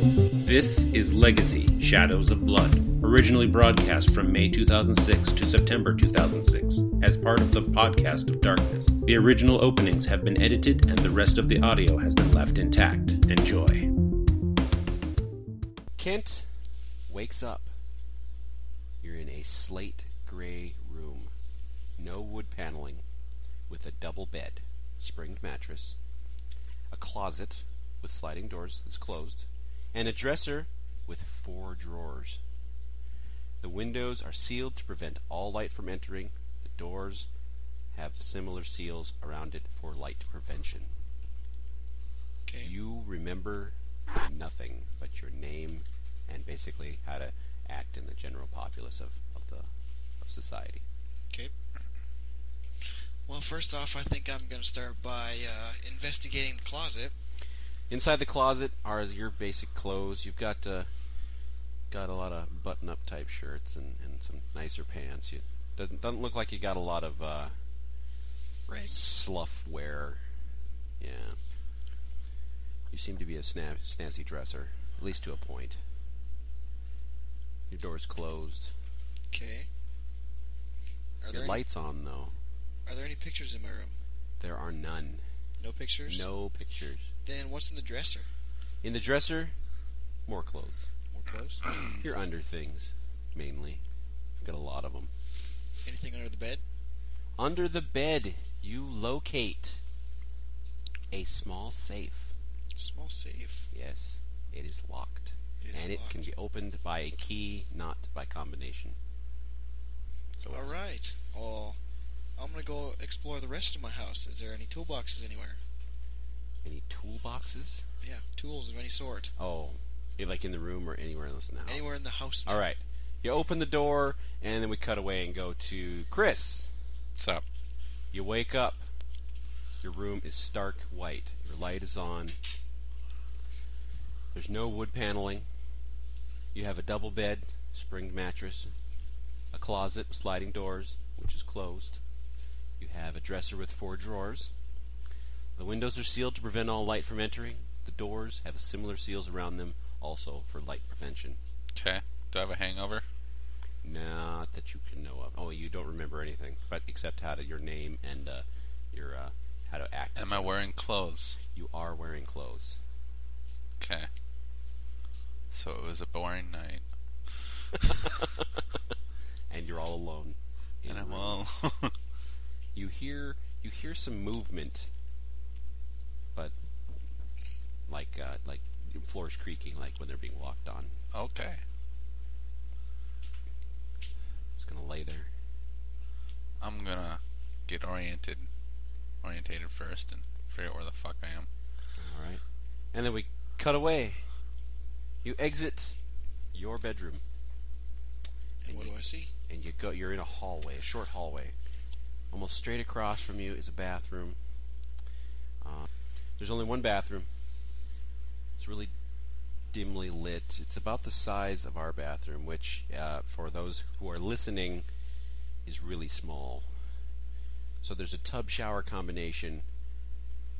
This is Legacy Shadows of Blood, originally broadcast from May 2006 to September 2006 as part of the podcast of Darkness. The original openings have been edited and the rest of the audio has been left intact. Enjoy. Kent wakes up. You're in a slate gray room. No wood paneling, with a double bed, springed mattress, a closet with sliding doors that's closed, and a dresser with four drawers. The windows are sealed to prevent all light from entering. The doors have similar seals around it for light prevention. Okay. You remember nothing but your name and basically how to act in the general populace of, of the of society. Okay. Well, first off, I think I'm going to start by uh, investigating the closet. Inside the closet are your basic clothes. You've got uh, got a lot of button up type shirts and, and some nicer pants. You doesn't doesn't look like you got a lot of uh, Right. slough wear. Yeah. You seem to be a snaz- snazzy dresser, at least to a point. Your door's closed. Okay. Are there, Your any, lights on though. are there any pictures in my room? There are none. No pictures? No pictures. Then what's in the dresser? In the dresser, more clothes. More clothes? Your under things, mainly. I've got a lot of them. Anything under the bed? Under the bed, you locate a small safe. Small safe. Yes, it is locked. It is and it can locked. be opened by a key, not by combination. So All it's- right. Well, I'm going to go explore the rest of my house. Is there any toolboxes anywhere? any toolboxes? Yeah, tools of any sort. Oh, eh, like in the room or anywhere else in the house? Anywhere in the house. All right. You open the door, and then we cut away and go to Chris. What's up? You wake up. Your room is stark white. Your light is on. There's no wood paneling. You have a double bed, springed mattress, a closet with sliding doors, which is closed. You have a dresser with four drawers. The windows are sealed to prevent all light from entering. The doors have similar seals around them, also for light prevention. Okay. Do I have a hangover? Not that you can know of. Oh, you don't remember anything, but except how to your name and uh, your uh, how to act. Am I wearing clothes? You are wearing clothes. Okay. So it was a boring night, and you're all alone. in and a I'm room. all. You hear you hear some movement, but like uh, like floors creaking, like when they're being walked on. okay. Just gonna lay there. I'm gonna get oriented, orientated first, and figure out where the fuck I am. All right. And then we cut away. You exit your bedroom, And what do I see? and you go. You're in a hallway, a short hallway. Almost straight across from you is a bathroom. Uh, there's only one bathroom. It's really dimly lit. It's about the size of our bathroom, which, uh, for those who are listening, is really small. So there's a tub shower combination,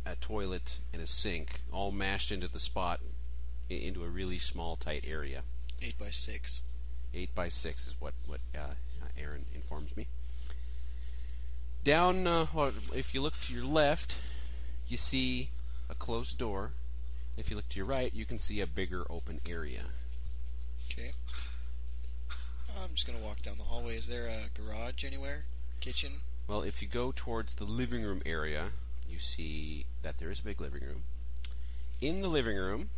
a toilet, and a sink, all mashed into the spot, i- into a really small, tight area 8 by 6 eight by six is what what uh, Aaron informs me. Down, uh, well, if you look to your left, you see a closed door. If you look to your right, you can see a bigger open area. Okay. I'm just going to walk down the hallway. Is there a garage anywhere? Kitchen? Well, if you go towards the living room area, you see that there is a big living room. In the living room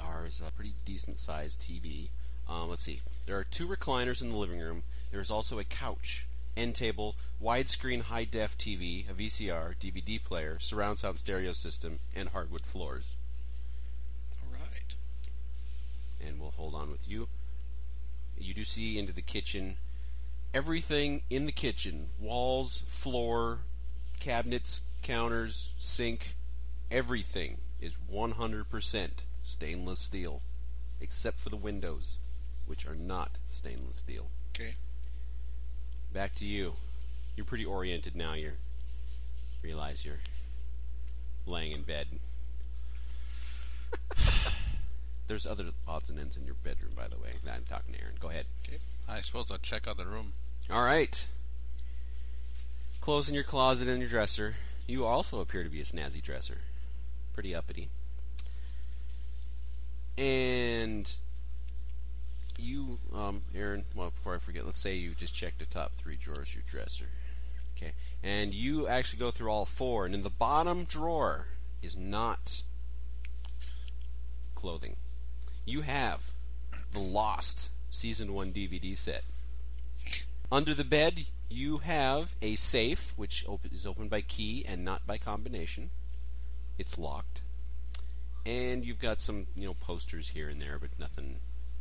are is a pretty decent sized TV. Um, let's see. There are two recliners in the living room. There is also a couch, end table, widescreen high def TV, a VCR, DVD player, surround sound stereo system, and hardwood floors. All right. and we'll hold on with you. You do see into the kitchen. Everything in the kitchen walls, floor, cabinets, counters, sink everything is 100% stainless steel, except for the windows, which are not stainless steel. Okay. Back to you. You're pretty oriented now. You realize you're laying in bed. There's other odds and ends in your bedroom, by the way. Now I'm talking to Aaron. Go ahead. I suppose I'll check out the room. All right. Clothes in your closet and your dresser. You also appear to be a snazzy dresser. Pretty uppity. And you, um, Aaron, well, before I forget, let's say you just check the top three drawers of your dresser. Okay. And you actually go through all four, and in the bottom drawer is not clothing. You have the Lost Season 1 DVD set. Under the bed, you have a safe which op- is opened by key and not by combination. It's locked. And you've got some, you know, posters here and there, but nothing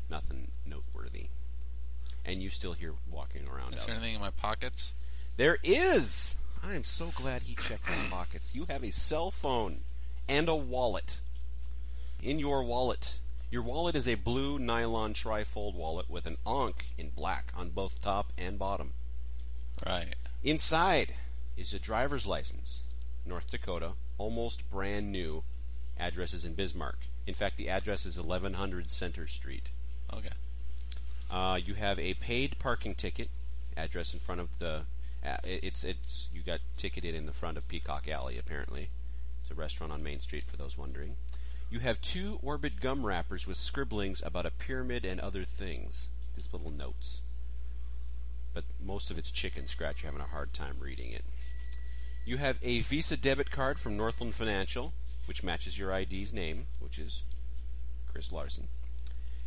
nothing noteworthy. And you still hear walking around Is out there anything in my pockets? there is. I am so glad he checked his pockets. You have a cell phone and a wallet. In your wallet, your wallet is a blue nylon trifold wallet with an onk in black on both top and bottom. Right. Inside is a driver's license, North Dakota, almost brand new. Address is in Bismarck. In fact, the address is 1100 Center Street. Okay. Uh, you have a paid parking ticket. Address in front of the. Uh, it- it's it's you got ticketed in the front of Peacock Alley. Apparently, it's a restaurant on Main Street for those wondering. You have two Orbit gum wrappers with scribblings about a pyramid and other things. Just little notes. But most of it's chicken scratch. You're having a hard time reading it. You have a Visa debit card from Northland Financial, which matches your ID's name, which is Chris Larson.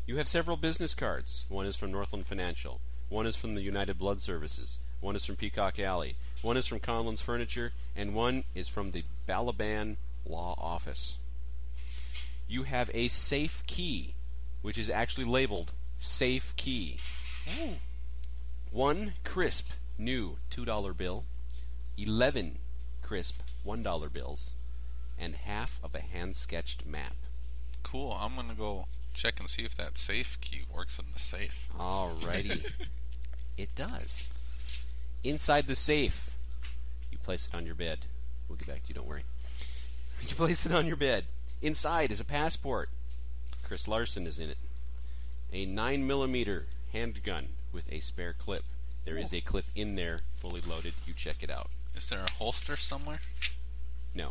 You have several business cards. One is from Northland Financial. One is from the United Blood Services. One is from Peacock Alley. One is from Conlin's Furniture. And one is from the Balaban Law Office. You have a safe key, which is actually labeled safe key. One crisp new $2 bill, 11 crisp $1 bills, and half of a hand sketched map. Cool. I'm gonna go check and see if that safe key works in the safe. Alrighty. it does. Inside the safe, you place it on your bed. We'll get back to you, don't worry. You place it on your bed. Inside is a passport. Chris Larson is in it. A 9mm handgun with a spare clip. There is a clip in there, fully loaded. You check it out. Is there a holster somewhere? No.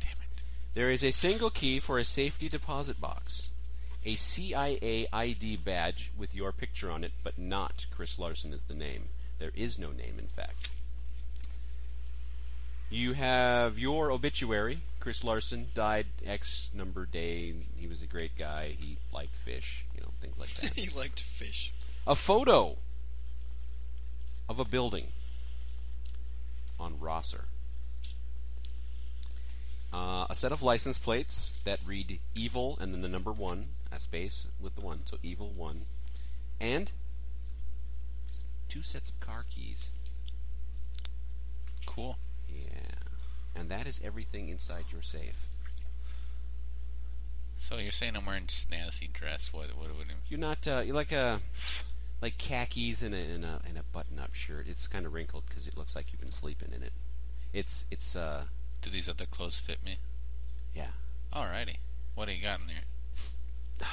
Damn it. There is a single key for a safety deposit box, a CIA ID badge with your picture on it, but not Chris Larson is the name. There is no name, in fact. You have your obituary. Chris Larson died X number day. He was a great guy. He liked fish, you know, things like that. he liked to fish. a photo of a building on Rosser. Uh, a set of license plates that read evil and then the number one, a space with the one, so evil one. And s- two sets of car keys. Cool. Yeah. And that is everything inside your safe. So you're saying I'm wearing snazzy dress? What? What would it? You're not, uh, you're like a. Like khakis and a, and a, and a button-up shirt. It's kind of wrinkled because it looks like you've been sleeping in it. It's it's uh Do these other clothes fit me? Yeah. Alrighty. What do you got in there?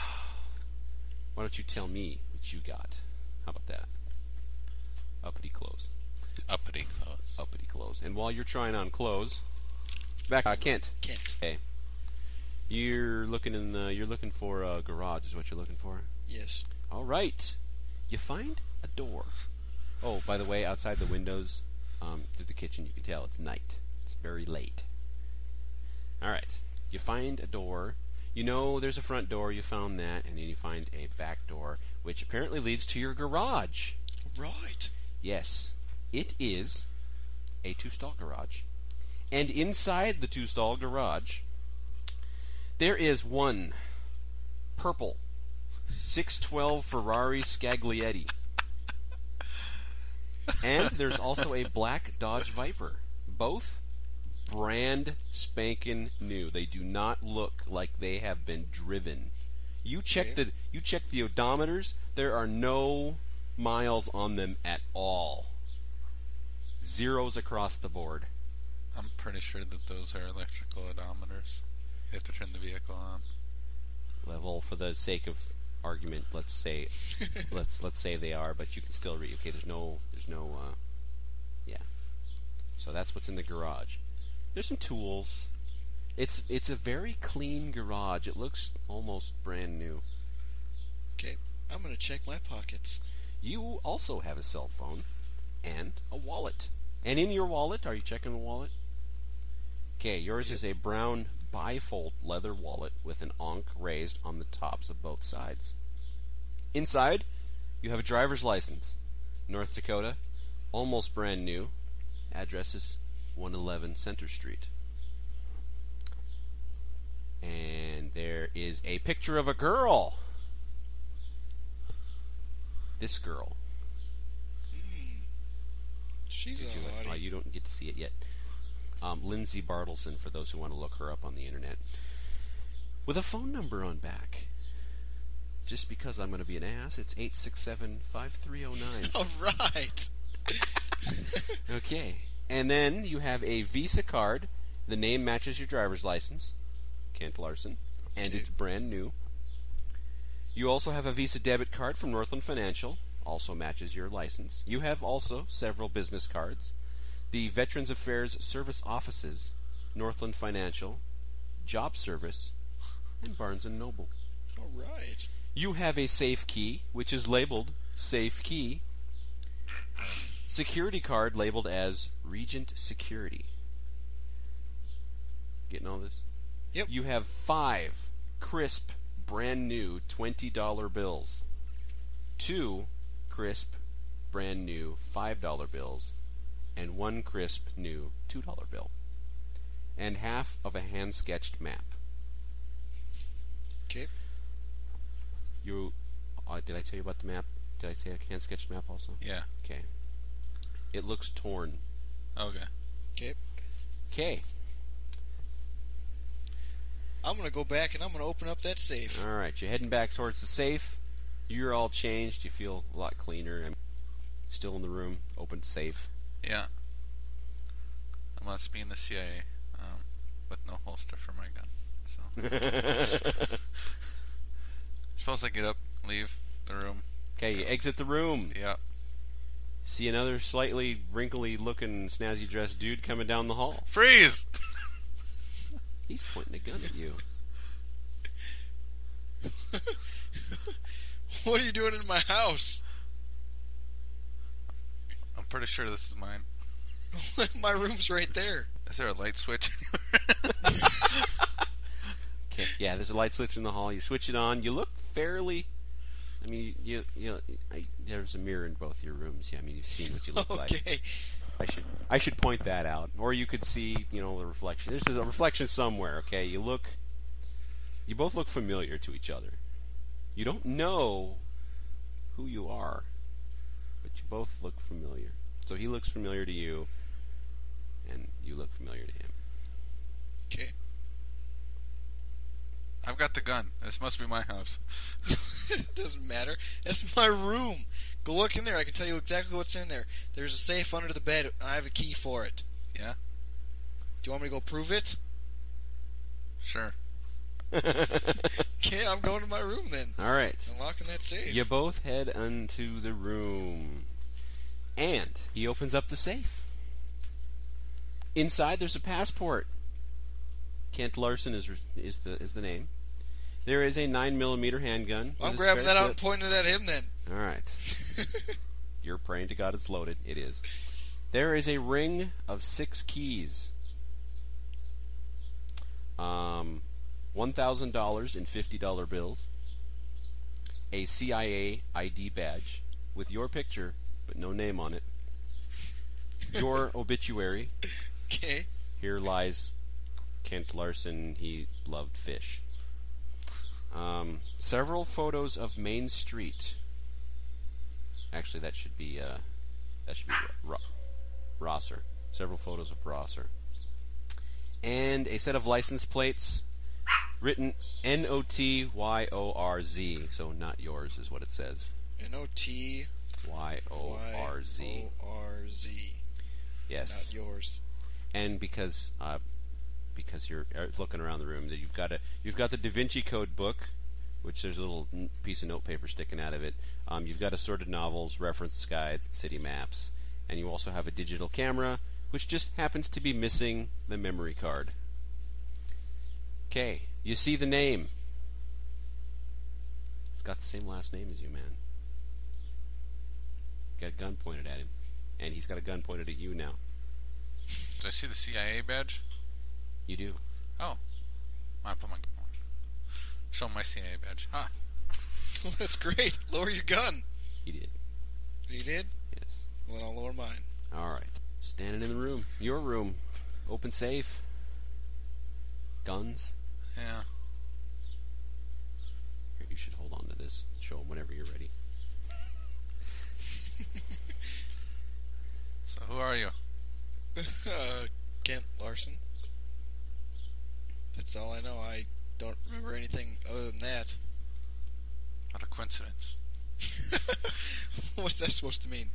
Why don't you tell me what you got? How about that? Uppity clothes. Uppity clothes. Uppity clothes. And while you're trying on clothes, back uh, Kent, Kent. you're looking in. Uh, you're looking for a garage. Is what you're looking for. Yes. All right. You find a door. Oh, by the way, outside the windows, um, through the kitchen, you can tell it's night. It's very late. All right. You find a door. You know there's a front door. You found that, and then you find a back door, which apparently leads to your garage. Right. Yes, it is a two stall garage. And inside the two stall garage, there is one purple 612 Ferrari Scaglietti. And there's also a black Dodge Viper. Both brand spanking new. They do not look like they have been driven. You check the you check the odometers. There are no miles on them at all. Zeros across the board. I'm pretty sure that those are electrical odometers. You have to turn the vehicle on. level for the sake of argument. Let's say let's let's say they are, but you can still read. Okay, there's no there's no uh, yeah. So that's what's in the garage. There's some tools. It's it's a very clean garage. It looks almost brand new. Okay, I'm gonna check my pockets. You also have a cell phone and a wallet. And in your wallet, are you checking the wallet? Okay, yours is a brown bifold leather wallet with an onk raised on the tops of both sides. Inside, you have a driver's license. North Dakota, almost brand new. Address is 111 Center Street. And there is a picture of a girl. This girl. Hmm. She's Did you- a oh, hottie. you don't get to see it yet. Um, Lindsay Bartleson, for those who want to look her up on the internet, with a phone number on back. Just because I'm going to be an ass, it's eight six seven five three zero nine. All right. Okay. And then you have a Visa card. The name matches your driver's license, Kent Larson, and it's brand new. You also have a Visa debit card from Northland Financial, also matches your license. You have also several business cards. The Veterans Affairs Service Offices, Northland Financial, Job Service, and Barnes & Noble. All right. You have a safe key, which is labeled safe key. Security card labeled as Regent Security. Getting all this? Yep. You have five crisp, brand new $20 bills, two crisp, brand new $5 bills, and one crisp, new $2 bill, and half of a hand sketched map. Okay. You. Uh, did I tell you about the map? Did I say a hand sketched map also? Yeah. Okay. It looks torn. Okay. Okay. Okay. I'm gonna go back and I'm gonna open up that safe. All right. You're heading back towards the safe. You're all changed. You feel a lot cleaner. I'm still in the room. Open safe. Yeah. I must be in the CIA, um, with no holster for my gun. So okay. supposed to get up, leave the room. You exit the room. Yeah. See another slightly wrinkly looking, snazzy dressed dude coming down the hall. Freeze! He's pointing a gun at you. what are you doing in my house? I'm pretty sure this is mine. my room's right there. Is there a light switch? Okay. Yeah, there's a light switch in the hall. You switch it on. You look fairly. I mean, you you. I, there's a mirror in both your rooms. Yeah, I mean, you've seen what you look like. Okay. I should I should point that out, or you could see you know the reflection. There's a reflection somewhere. Okay, you look. You both look familiar to each other. You don't know who you are, but you both look familiar. So he looks familiar to you, and you look familiar to him. Okay. I've got the gun. This must be my house. Doesn't matter. That's my room. Go look in there. I can tell you exactly what's in there. There's a safe under the bed. And I have a key for it. Yeah. Do you want me to go prove it? Sure. Okay, I'm going to my room then. All right. Unlocking that safe. You both head unto the room. And he opens up the safe. Inside there's a passport. Kent Larson is is the is the name. There is a 9 millimeter handgun. I'm with a grabbing spare that out and clip. pointing it at him then. All right. You're praying to God it's loaded. It is. There is a ring of six keys. Um, one thousand dollars in fifty dollar bills. A CIA ID badge with your picture but no name on it. Your obituary. Okay. Here lies Kent Larson. He loved fish. Um, several photos of Main Street. Actually, that should be uh, that should be Ro- Ro- Rosser. Several photos of Rosser, and a set of license plates written N O T Y O R Z. So not yours is what it says. N O T Y O Y R Z. O R Z. Yes. Not yours. and because uh, because you're uh, looking around the room that you've got a you've got the Da Vinci Code book which there's a little n- piece of notepaper sticking out of it. Um, you've got assorted novels, reference guides, and city maps, and you also have a digital camera, which just happens to be missing the memory card. Okay, you see the name. It's got the same last name as you, man. Got a gun pointed at him, and he's got a gun pointed at you now. Did I see the CIA badge? You do. I put my show 'em my CIA badge. Huh? That's great. Lower your gun. You did. You did? Yes. Well, then I'll lower mine. All right. Standing in the room, your room, open safe. Guns. Yeah. Here, you should hold on to this. Show them whenever you're ready. So who are you? uh, Kent Larson. That's all I know. I don't remember anything other than that. What a coincidence. What's that supposed to mean?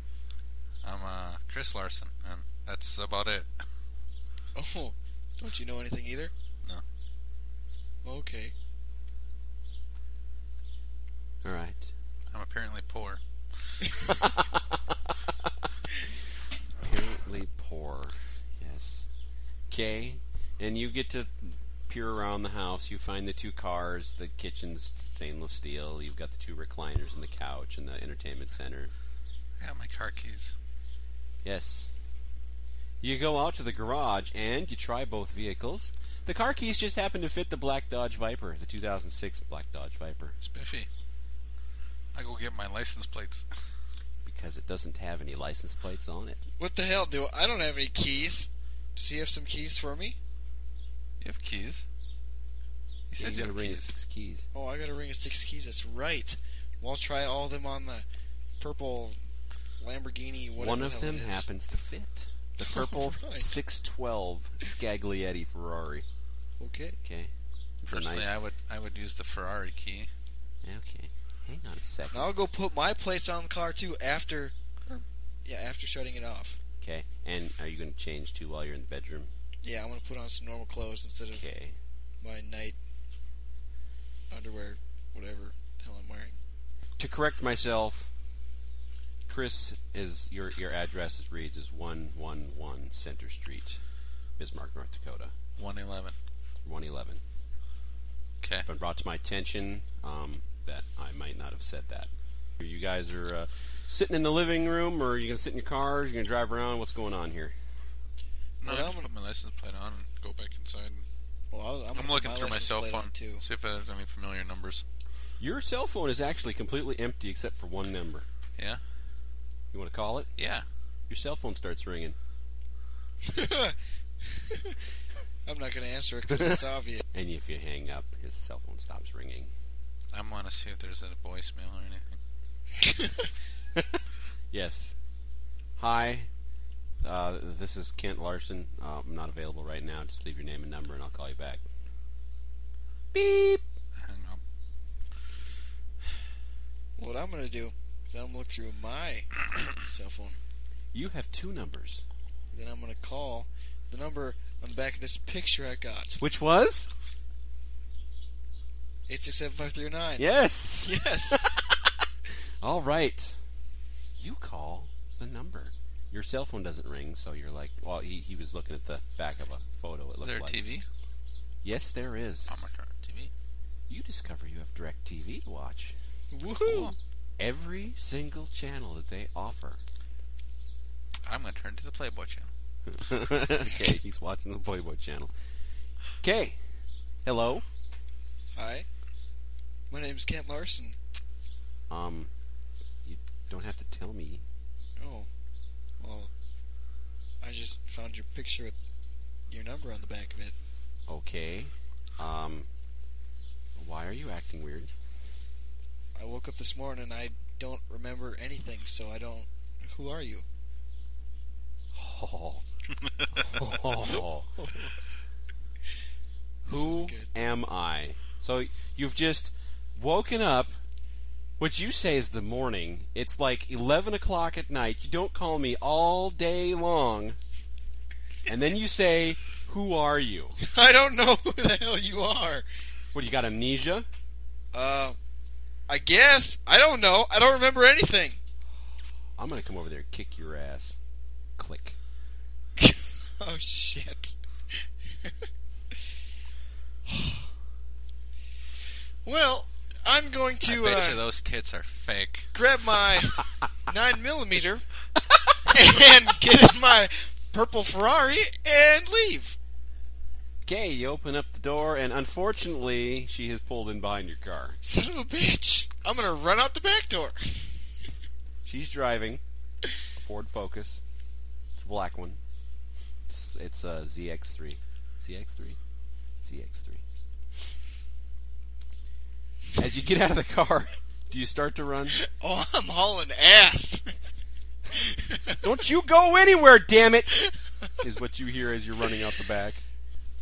I'm uh Chris Larson, and that's about it. Oh, don't you know anything either? No. Okay. All right. I'm apparently poor. Apparently poor. Yes. Okay. And you get to peer around the house. You find the two cars. The kitchen's stainless steel. You've got the two recliners and the couch and the entertainment center. I got my car keys. Yes. You go out to the garage and you try both vehicles. The car keys just happen to fit the black Dodge Viper, the 2006 black Dodge Viper, Spiffy. I go get my license plates. because it doesn't have any license plates on it. What the hell? Do I don't have any keys? Does he have some keys for me? You have keys. You Yeah, said you got you a have ring of keys. six keys. Oh, I got a ring of six keys. That's right. Well, I'll try all of them on the purple Lamborghini. Whatever One the of hell them it is. happens to fit the purple Alright. 612 Scaglietti Ferrari. Okay. Okay, it's a Personally, nice. I would I would use the Ferrari key. Okay, hang on a second. Now I'll go put my plates on the car too after, or, yeah, after shutting it off. Okay, and are you going to change too while you're in the bedroom? Yeah, I'm gonna put on some normal clothes instead of Okay. my night underwear, whatever the hell I'm wearing. to correct myself, Chris is your your address is, reads is one one one Center Street, Bismarck, North Dakota, 111. one eleven. Okay. Been brought to my attention um, that I might not have said that. You guys are uh, sitting in the living room, or are you gonna sit in your cars? You're gonna drive around. What's going on here? No, Well, I I'm just gonna- put my license plate on and go back inside. Well, I'll, I'm, I'm, gonna put looking my through my license cell plate on, phone, too. see if there's any familiar numbers. Your cell phone is actually completely empty except for one number. Yeah. You want to call it? Yeah. Your cell phone starts ringing. I'm not gonna answer it because it's obvious. And if you hang up, his cell phone stops ringing. I want to see if there's a voicemail or anything. Yes. Hi. Uh, this is Kent Larson. Uh, I'm not available right now. Just leave your name and number, and I'll call you back. Beep. I hung up. what I'm gonna do is I'm gonna look through my cell phone. You have two numbers. Then I'm gonna call the number on the back of this picture I got. Which was? Eight six seven five three nine. Yes. Yes. All right. You call the number. Your cell phone doesn't ring, so you're like, well, he, he was looking at the back of a photo. It Is looked there a like. TV? Yes, there is. Oh my god, TV. You discover you have Direct TV to watch. Woohoo! Every single channel that they offer. I'm gonna turn to the Playboy channel. okay, he's watching the Playboy channel. Okay. Hello. Hi. My name's Kent Larson. Um you don't have to tell me. Oh. Well, I just found your picture with your number on the back of it. Okay. Um why are you acting weird? I woke up this morning and I don't remember anything, so I don't. Who are you? Oh. Oh. Who This is good. am I? So you've just woken up. What you say is the morning. It's like 11 o'clock at night. You don't call me all day long. And then you say, Who are you? I don't know who the hell you are. What, you got amnesia? Uh, I guess. I don't know. I don't remember anything. I'm gonna come over there and kick your ass. Click. oh shit. well, I'm going I to bet you uh, those tits are fake. grab my nine millimeter and get in my purple Ferrari and leave. Okay, you open up the door, and unfortunately, she has pulled in behind your car. Son of a bitch! I'm gonna run out the back door. She's driving a Ford Focus. It's a black one. It's, it's a ZX3. ZX3. ZX3. As you get out of the car, do you start to run? Oh, I'm hauling ass. Don't you go anywhere, damn it! Is what you hear as you're running out the back.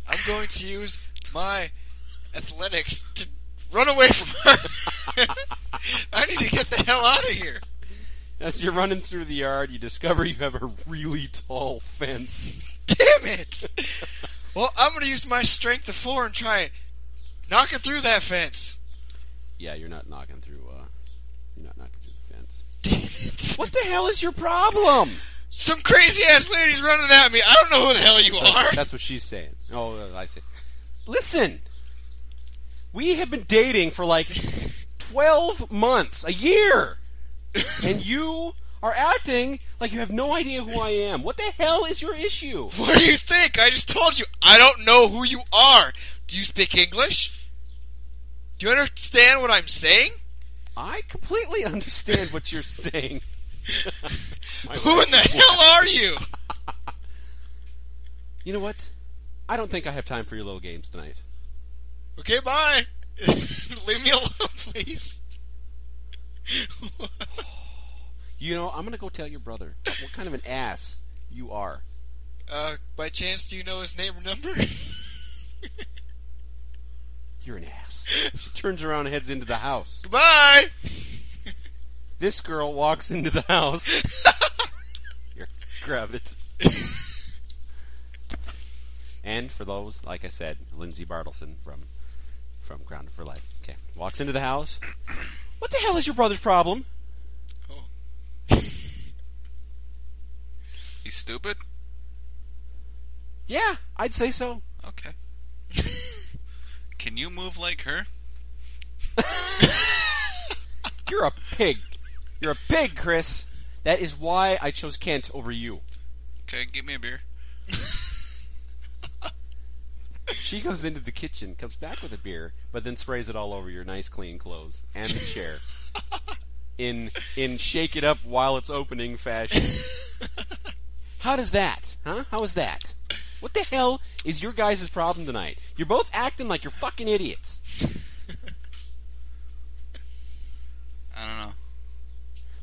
I'm going to use my athletics to run away from her. I need to get the hell out of here. As you're running through the yard, you discover you have a really tall fence. Damn it! Well, I'm going to use my strength of four and try and knock it through that fence. Yeah, you're not knocking through. Uh, you're not knocking through the fence. Damn it! What the hell is your problem? Some crazy ass lady's running at me. I don't know who the hell you That's, are. that's what she's saying. Oh, uh, I see. Listen, we have been dating for like 12 months, a year, and you are acting like you have no idea who I am. What the hell is your issue? What do you think? I just told you I don't know who you are. Do you speak English? Do you understand what I'm saying? I completely understand what you're saying. My Who in the hell are you? You know what? I don't think I have time for your little games tonight. Okay, bye. Leave me alone, please. You know, I'm gonna go tell your brother what kind of an ass you are. uh, by chance, do you know his name or number? You're an ass. She turns around and heads into the house. Goodbye. This girl walks into the house. Here, grab it. and for those, like I said, Lindsay Bartleson from from Grounded for Life. Okay, walks into the house. What the hell is your brother's problem? He's stupid? Yeah, I'd say so. Okay. Can you move like her? You're a pig. You're a pig, Chris. That is why I chose Kent over you. Okay, get me a beer. She goes into the kitchen, comes back with a beer, but then sprays it all over your nice clean clothes and the chair. in in shake it up while it's opening fashion. How does that? Huh? How is that? What the hell is your guys' problem tonight? You're both acting like you're fucking idiots. I don't know.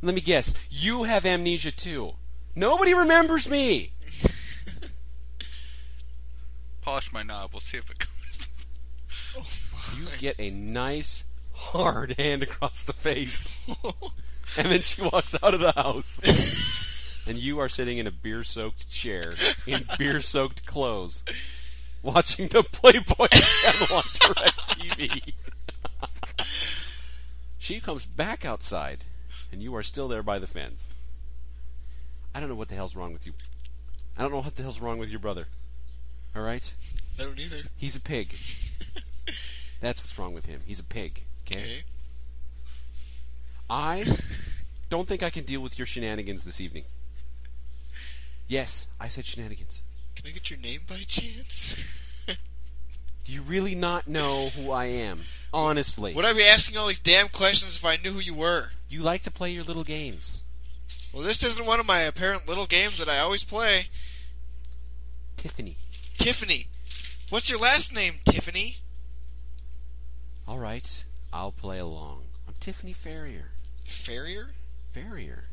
Let me guess, you have amnesia too. Nobody remembers me. Polish my knob. We'll see if it comes. You get a nice hard hand across the face. And then she walks out of the house. and you are sitting in a beer soaked chair in beer soaked clothes watching the Playboy channel on TV. she comes back outside and you are still there by the fence. I don't know what the hell's wrong with you. I don't know what the hell's wrong with your brother. All right? I don't either. He's a pig. That's what's wrong with him. He's a pig. Okay? Okay. I don't think I can deal with your shenanigans this evening. Yes, I said shenanigans. Can I get your name by chance? Do you really not know who I am? Honestly. Would I be asking all these damn questions if I knew who you were? You like to play your little games. Well, this isn't one of my apparent little games that I always play. Tiffany. Tiffany. What's your last name, Tiffany? All right, I'll play along. I'm Tiffany Farrier. Farrier? Farrier.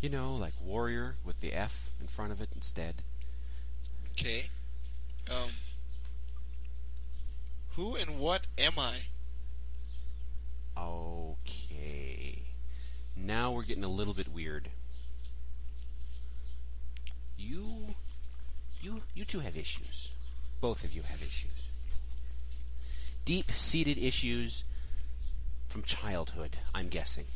You know, like warrior with the F in front of it instead. Okay. Um. Who and what am I? Okay. Now we're getting a little bit weird. You you you two have issues. Both of you have issues. Deep-seated issues from childhood, I'm guessing.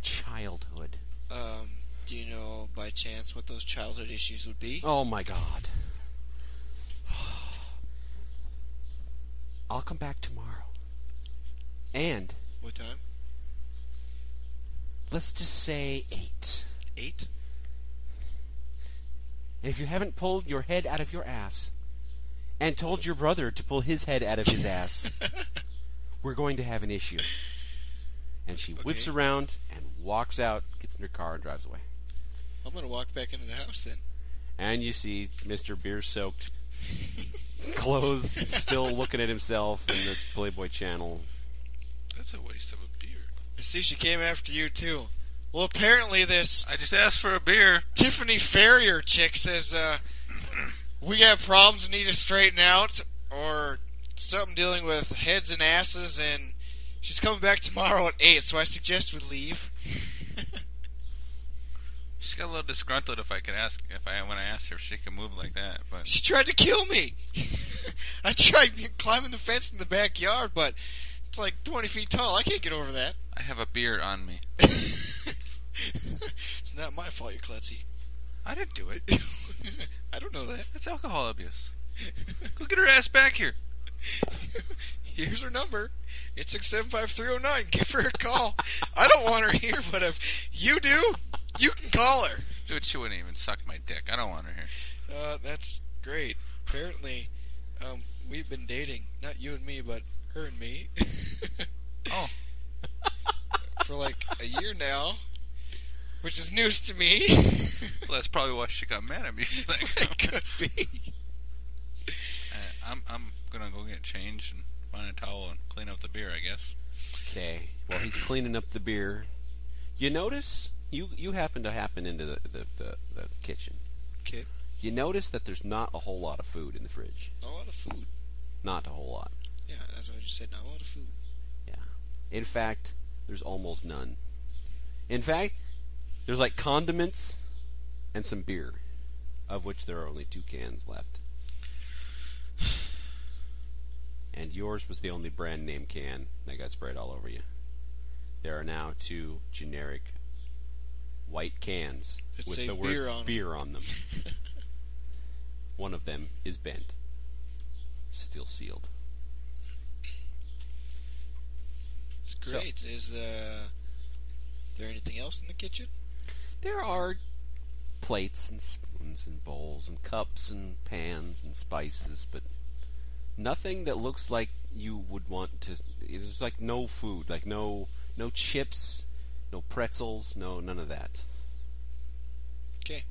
Childhood. Um, do you know by chance what those childhood issues would be? Oh my god. I'll come back tomorrow. And What time? let's just say eight. Eight? And if you haven't pulled your head out of your ass and told your brother to pull his head out of his ass, we're going to have an issue. And she whips Okay. around and walks out, gets in her car, and drives away. I'm gonna walk back into the house then. And you see Mr. Beer soaked, clothes still looking at himself in the Playboy channel. That's a waste of a beer. I see she came after you too. Well, apparently this I just asked for a beer. Tiffany Farrier chick says, uh, we have problems we need to straighten out, or something dealing with heads and asses, and she's coming back tomorrow at 8, so I suggest we leave. She got a little disgruntled if I could ask if I when I asked her if she could move like that, but she tried to kill me! I tried climbing the fence in the backyard, but it's like 20 feet tall. I can't get over that. I have a beer on me. it's not my fault, you klutzy. I didn't do it. I don't know that. That's alcohol abuse. Go get her ass back here. Here's her number. It's six seven five three zero nine. Give her a call. I don't want her here, but if you do, you can call her. Dude, she wouldn't even suck my dick. I don't want her here. Uh, that's great. Apparently, um, we've been dating. Not you and me, but her and me. Oh. For like a year now, which is news to me. Well, that's probably why she got mad at me. it could be. Uh, I'm I'm gonna go get changed and find a towel and clean up the beer, I guess. Okay. Well, he's cleaning up the beer. You notice you you happen to happen into the the, the, the kitchen. Okay, You notice that there's not a whole lot of food in the fridge. not a lot of food. Not a whole lot. Yeah, that's what I just said. Not a lot of food. In fact, there's almost none. In fact, there's like condiments and some beer, of which there are only two cans left. And yours was the only brand name can that got sprayed all over you. There are now two generic white cans That with say the word beer on 'em. beer on them. One of them is bent, still sealed. It's So- great. Is the there anything else in the kitchen? There are plates and spoons and bowls and cups and pans and spices, but nothing that looks like you would want to. There's like no food, like no no chips, no pretzels, no none of that. Okay.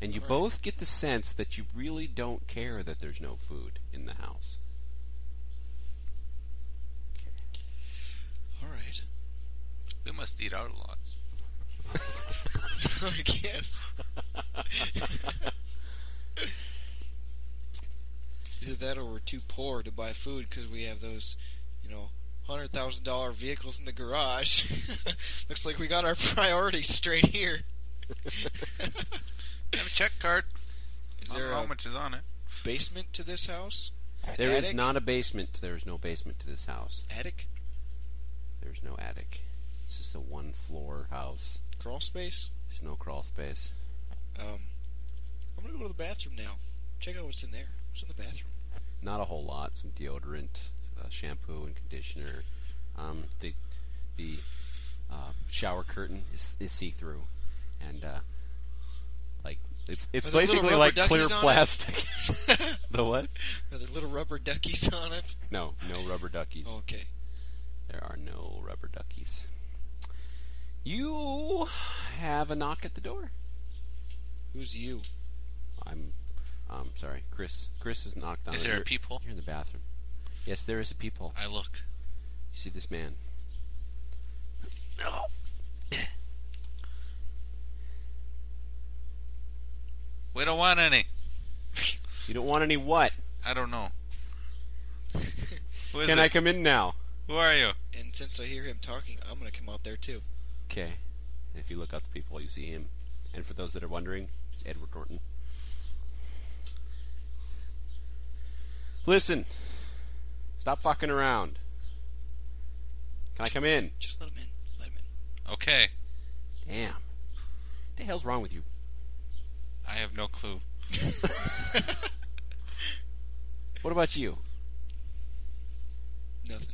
And you Alright. both get the sense that you really don't care that there's no food in the house. All right. We must eat out a lot. I guess. Either that, or we're too poor to buy food because we have those, you know, hundred thousand dollar vehicles in the garage. Looks like we got our priorities straight here. I have a check card. Is I don't there know how a much is on it. basement to this house? There is Attic? not a basement. There is no basement to this house. Attic, There's no attic. It's just a one floor house. crawl space. There's no crawl space. Um, I'm gonna go to the bathroom now. Check out what's in there. What's in the bathroom? not a whole lot. Some deodorant, uh, shampoo, and conditioner. Um, the the uh, shower curtain is, is see through, and uh, like it's it's Are there little basically rubber like clear duckies on it? plastic. the what? Are there little rubber duckies on it? No, no rubber duckies. Okay. There are no rubber duckies. You have a knock at the door. Who's you? I'm um sorry, Chris. Chris has knocked on. Is it. there a You're- peephole? You're in the bathroom. Yes, there is a peephole. I look. You see this man. We don't want any. You don't want any what? I don't know. Who is Can it? I come in now? Who are you? And since I hear him talking, I'm gonna come up there too. Okay. If you look up the people, you see him. And for those that are wondering, it's Edward Norton. Listen. Stop fucking around. Can I come in? Just let him in. Let him in. Okay, Damn. What the hell's wrong with you? I have no clue. What about you? Nothing.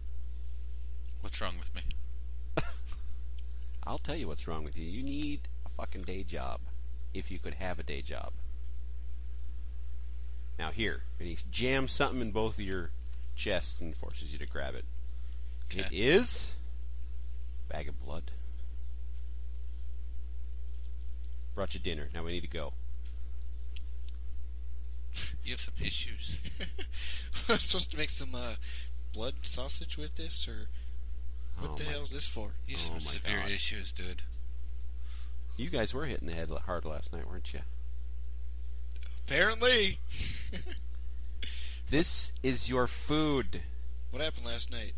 What's wrong with me? I'll tell you what's wrong with you. You need a fucking day job. If you could have a day job. Now here, and he jams something in both of your chests and forces you to grab it. It Okay. is a bag of blood. Brought you dinner. Now we need to go. You have some issues. I'm supposed to make some uh, blood sausage with this, or what Oh the my- hell is this for? You have Oh some my severe God. issues, dude. You guys were hitting the head hard last night, weren't you? Apparently, This is your food. what happened last night?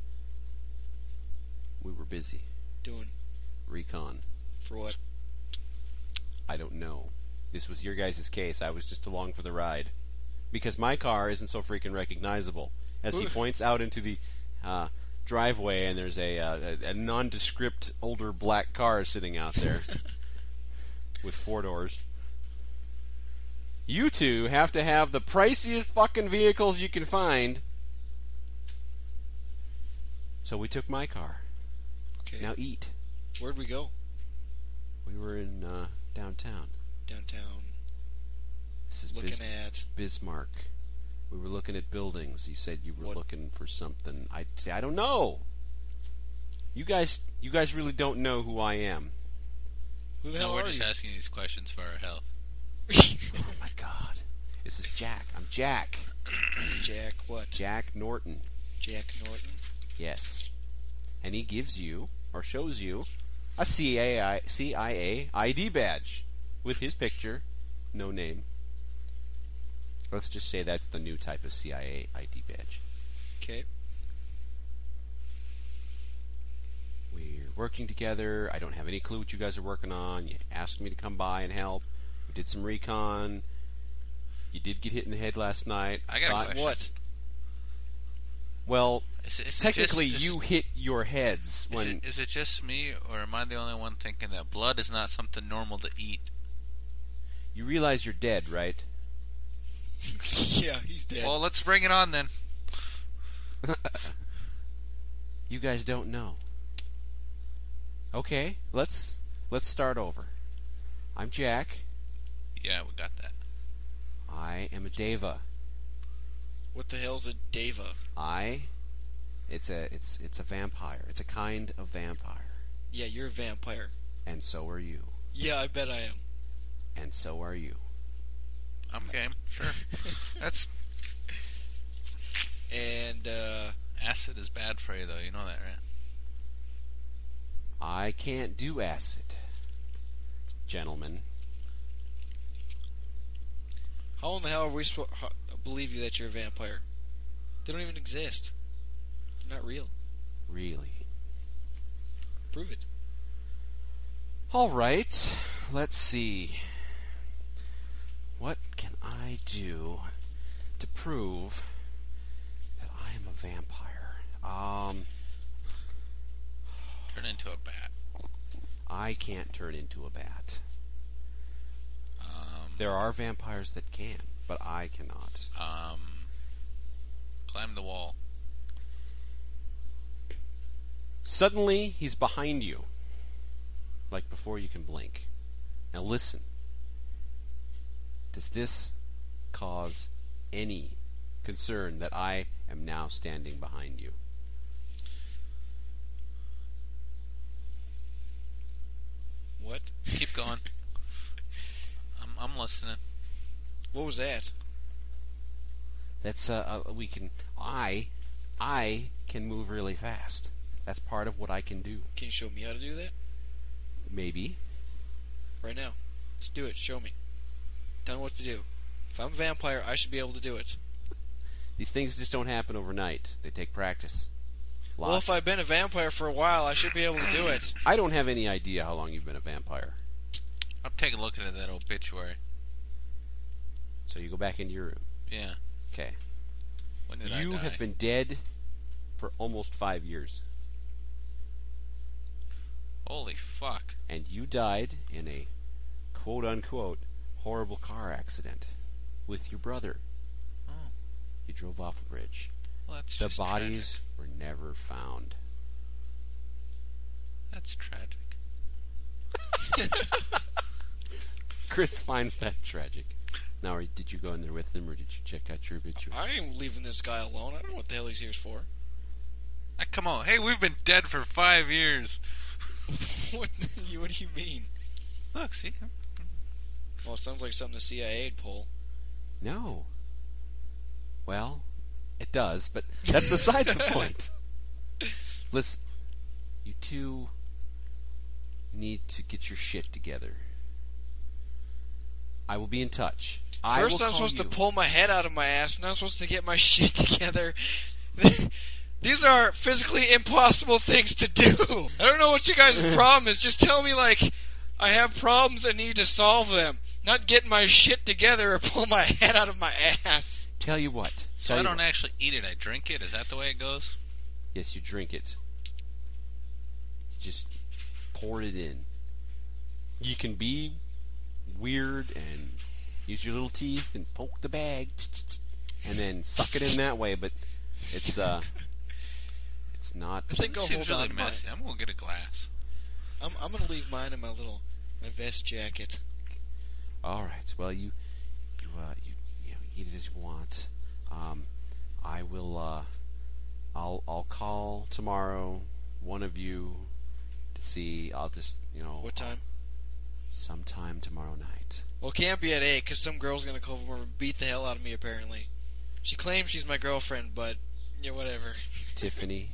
We were busy. Doing Recon. for what? I don't know. This was your guys' case. I was just along for the ride. Because my car isn't so freaking recognizable. As he Oof. points out into the uh, driveway, and there's a, uh, a, a nondescript older black car sitting out there with four doors. You two have to have the priciest fucking vehicles you can find. So we took my car. Okay, Now eat. where'd we go? We were in uh, downtown. Downtown, This is looking bus- at. Bismarck. We were looking at buildings. You said you were What? looking for something. I say I don't know. You guys, you guys really don't know who I am. Who the No, hell we're are just you? asking these questions for our health. Oh my God, this is Jack. I'm Jack. Jack what? Jack Norton. Jack Norton. Yes. And he gives you or shows you a CIA, CIA ID badge with his picture, no name. Let's just say that's the new type of CIA ID badge. Okay, We're working together. I don't have any clue what you guys are working on. You asked me to come by and help. We did some recon. You did get hit in the head last night. I got a Thought- question. what? Well, Is it, is it technically, just- is- you hit your heads Is when. it, is it just me, or am I the only one thinking that blood is not something normal to eat? You realize you're dead, right? yeah, he's dead. Well, let's bring it on then. You guys don't know. Okay, let's let's start over. I'm Jack. Yeah, we got that. I am a Deva. what the hell's a Deva? I it's a it's it's a vampire. It's a kind of vampire. Yeah, you're a vampire. And so are you. Yeah, I bet I am. And so are you. I'm game. Sure. That's And uh, acid is bad for you, though. You know that, right? I can't do acid. Gentlemen, how in the hell are we supposed to believe you that you're a vampire? They don't even exist. They're not real. really. Prove it. All right, let's see. What can I do to prove that I am a vampire? Um, Turn into a bat. I can't turn into a bat. Um, There are vampires that can, but I cannot. um, climb the wall. Suddenly, he's behind you. Like before you can blink. Now listen. Does this cause any concern that I am now standing behind you? What? Keep going. I'm, I'm listening. What was that? That's uh, uh we can I I can move really fast. That's part of what I can do. Can you show me how to do that? Maybe. Right now. Let's do it. Show me. Tell me what to do. If I'm a vampire, I should be able to do it. These things just don't happen overnight. They take practice. Lots. Well, if I've been a vampire for a while, I should be able to do it. I don't have any idea how long you've been a vampire. I'm taking a look at that obituary. So you go back into your room. Yeah. Okay. When did I you die? have been dead for almost five years. Holy fuck. and you died in a quote unquote horrible car accident with your brother. Oh. You drove off a bridge. Well, that's The just bodies were never found. Tragic. That's tragic. Chris finds that tragic. Now, are- did you go in there with them, or did you check out your obituary? I ain't leaving this guy alone. I don't know what the hell he's here for. Ah, come on. Hey, we've been dead for five years. what, the- what do you mean? Look, see? Well, it sounds like something the CIA'd pull. No. Well, it does, but that's beside the point. Listen, you two need to get your shit together. I will be in touch. I First, will I'm call supposed you. to pull my head out of my ass, and I'm supposed to get my shit together. These are physically impossible things to do. I don't know what you guys' problem is. Just tell me, like, I have problems and need to solve them. Not get my shit together or pull my head out of my ass. Tell you what. So tell I you don't what. actually eat it, I drink it? Is that the way it goes? Yes, you drink it. You just pour it in. You can be weird and use your little teeth and poke the bag, and then suck it in that way. But it's uh, it's not. I think I'll Seems hold really on to mine. messy. I'm gonna get a glass. I'm, I'm gonna leave mine in my little my vest jacket. All right. Well, you you uh, you, you know, eat it as you want. Um, I will. Uh, I'll I'll call tomorrow. One of you to see. I'll just you know What time? sometime tomorrow night. Well, it can't be at eight because some girl's gonna come over and beat the hell out of me. Apparently, she claims she's my girlfriend, but yeah, whatever. Tiffany,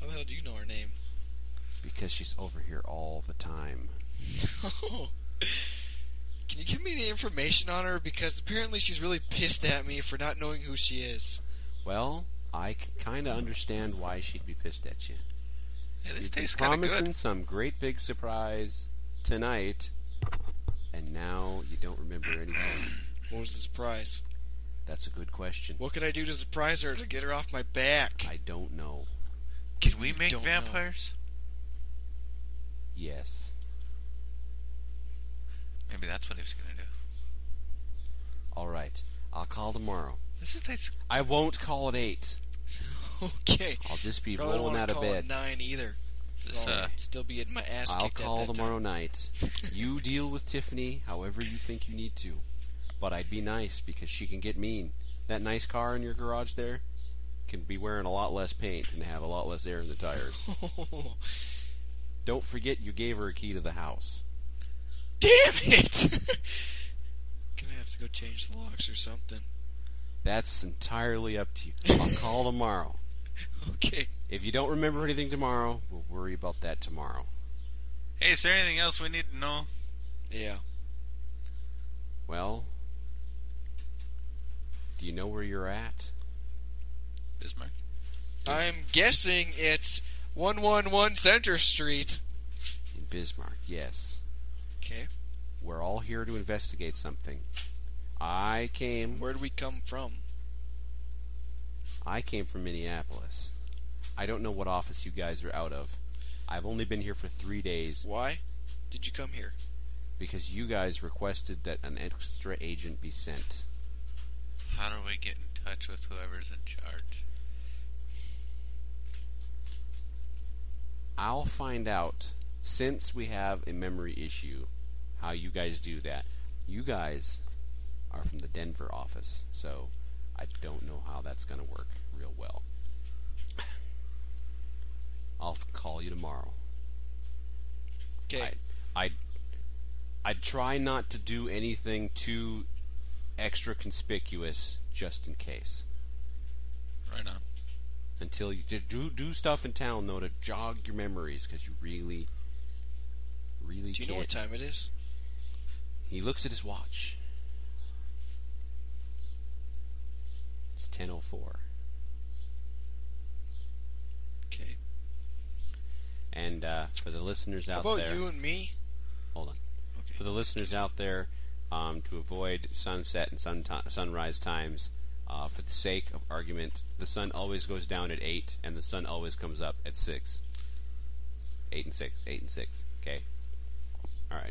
How the hell do you know her name? because she's over here all the time. Oh. Can you give me any information on her? Because apparently she's really pissed at me for not knowing who she is. Well, I can kind of understand why she'd be pissed at you. Hey, this You've been tastes kind of promising good. some great big surprise tonight, and now you don't remember anything. What was the surprise? That's a good question. What could I do to surprise her to get her off my back? I don't know. Can we make Don't know. vampires? Yes. Maybe that's what he was gonna do. All right. I'll call tomorrow. This is tastes. I won't call at eight. Okay. I'll just be Probably don't rolling want out to of call bed. at nine either. This, I'll uh, still be in my ass I'll kicked at call that tomorrow time. night. You deal with Tiffany however you think you need to. But I'd be nice because she can get mean. That nice car in your garage there can be wearing a lot less paint and have a lot less air in the tires. Don't forget you gave her a key to the house. Damn it! Gonna have to go change the locks or something. That's entirely up to you. I'll call tomorrow. Okay. If you don't remember anything tomorrow, we'll worry about that tomorrow. Hey, is there anything else we need to know? Yeah. Well, do you know where you're at? Bismarck. I'm guessing it's 111 Center Street. In Bismarck, yes. Okay. We're all here to investigate something. I came. Where do we come from? I came from Minneapolis. I don't know what office you guys are out of. I've only been here for three days Why did you come here? because you guys requested that an extra agent be sent. How do we get in touch with whoever's in charge? I'll find out since we have a memory issue how you guys do that. You guys are from the Denver office, so I don't know how that's going to work real well. I'll call you tomorrow. Okay. I, I, I try not to do anything too extra conspicuous, just in case. Right on. Until you do do stuff in town though to jog your memories, because you really, really Do you can't. know what time it is? He looks at his watch. It's ten oh four, Okay. and uh, for the listeners How out about there, you and me? hold on. for Okay. the listeners out there um, to avoid sunset and sun sunrise times. Uh, for the sake of argument, the sun always goes down at 8 and the sun always comes up at 6. Eight and six. Eight and six. Okay. All right.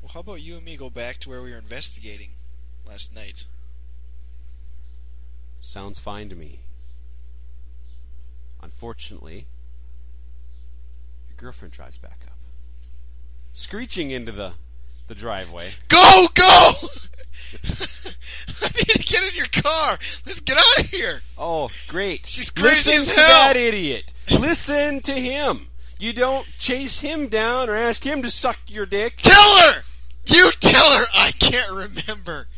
Well, how about you and me go back to where we were investigating last night? Sounds fine to me. Unfortunately, your girlfriend drives back up, screeching into the the driveway. Go, go! Oh! I need to get in your car. Let's get out of here. Oh, great! She's crazy Listen as to hell. that idiot. Listen to him. You don't chase him down or ask him to suck your dick. Tell her. You tell her. I can't remember.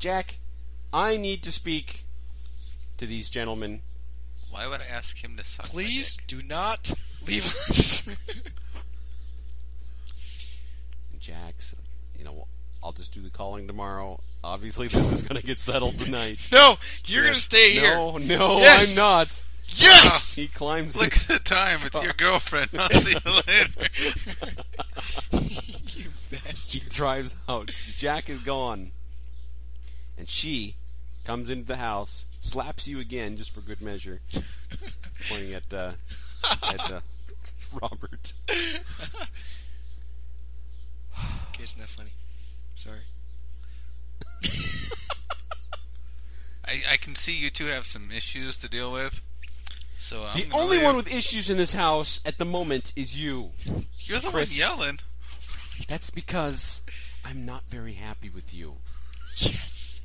Jack, I need to speak to these gentlemen. Why would I ask him to suck? my Please dick? do not leave us. Jack's, you know, I'll just do the calling tomorrow. Obviously, this is going to get settled tonight. no, you're gonna stay here. No, no, Yes. I'm not. Yes. He climbs. Look at the time. It's your girlfriend. I'll see you later. you She bastard. drives out. Jack is gone. And she comes into the house, slaps you again just for good measure, pointing at uh, at uh, Robert. Okay, it's not funny. Sorry. I, I can see you two have some issues to deal with. So I'm the gonna only leave. one with issues in this house at the moment is you. you're the Chris. one yelling. That's because I'm not very happy with you. Yes.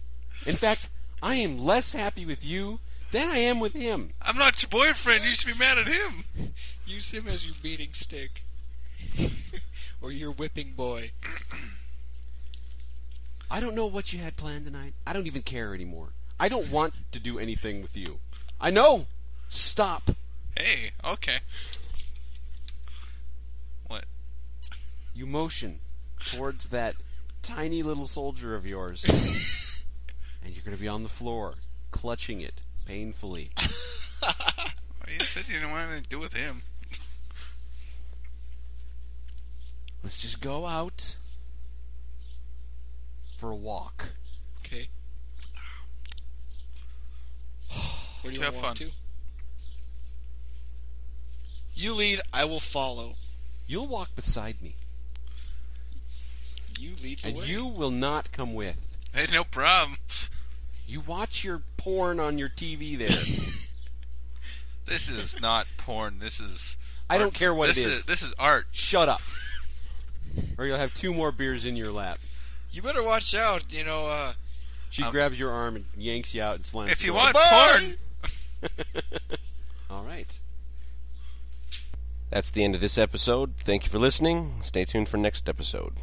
In fact, I am less happy with you than I am with him. I'm not your boyfriend. You should be mad at him. Use him as your beating stick, or your whipping boy. I don't know what you had planned tonight. I don't even care anymore. I don't want to do anything with you. I know. Stop. Hey, okay. What? You motion towards that tiny little soldier of yours, and you're going to be on the floor, clutching it painfully. Well, You said you didn't want anything to do with him. Let's just go out for a walk. Okay. Where do you Have want to walk to? fun. You lead, I will follow. You'll walk beside me, You lead the and way. you will not come with. Hey, no problem. You watch your porn on your TV there. This is not porn. This is. I don't art. care what this it is. This is art. Shut up. Or you'll have two more beers in your lap. You better watch out. You know, uh, She Um, grabs your arm and yanks you out and slams If you you away. want Bye. porn, All right. That's the end of this episode. Thank you for listening. Stay tuned for next episode.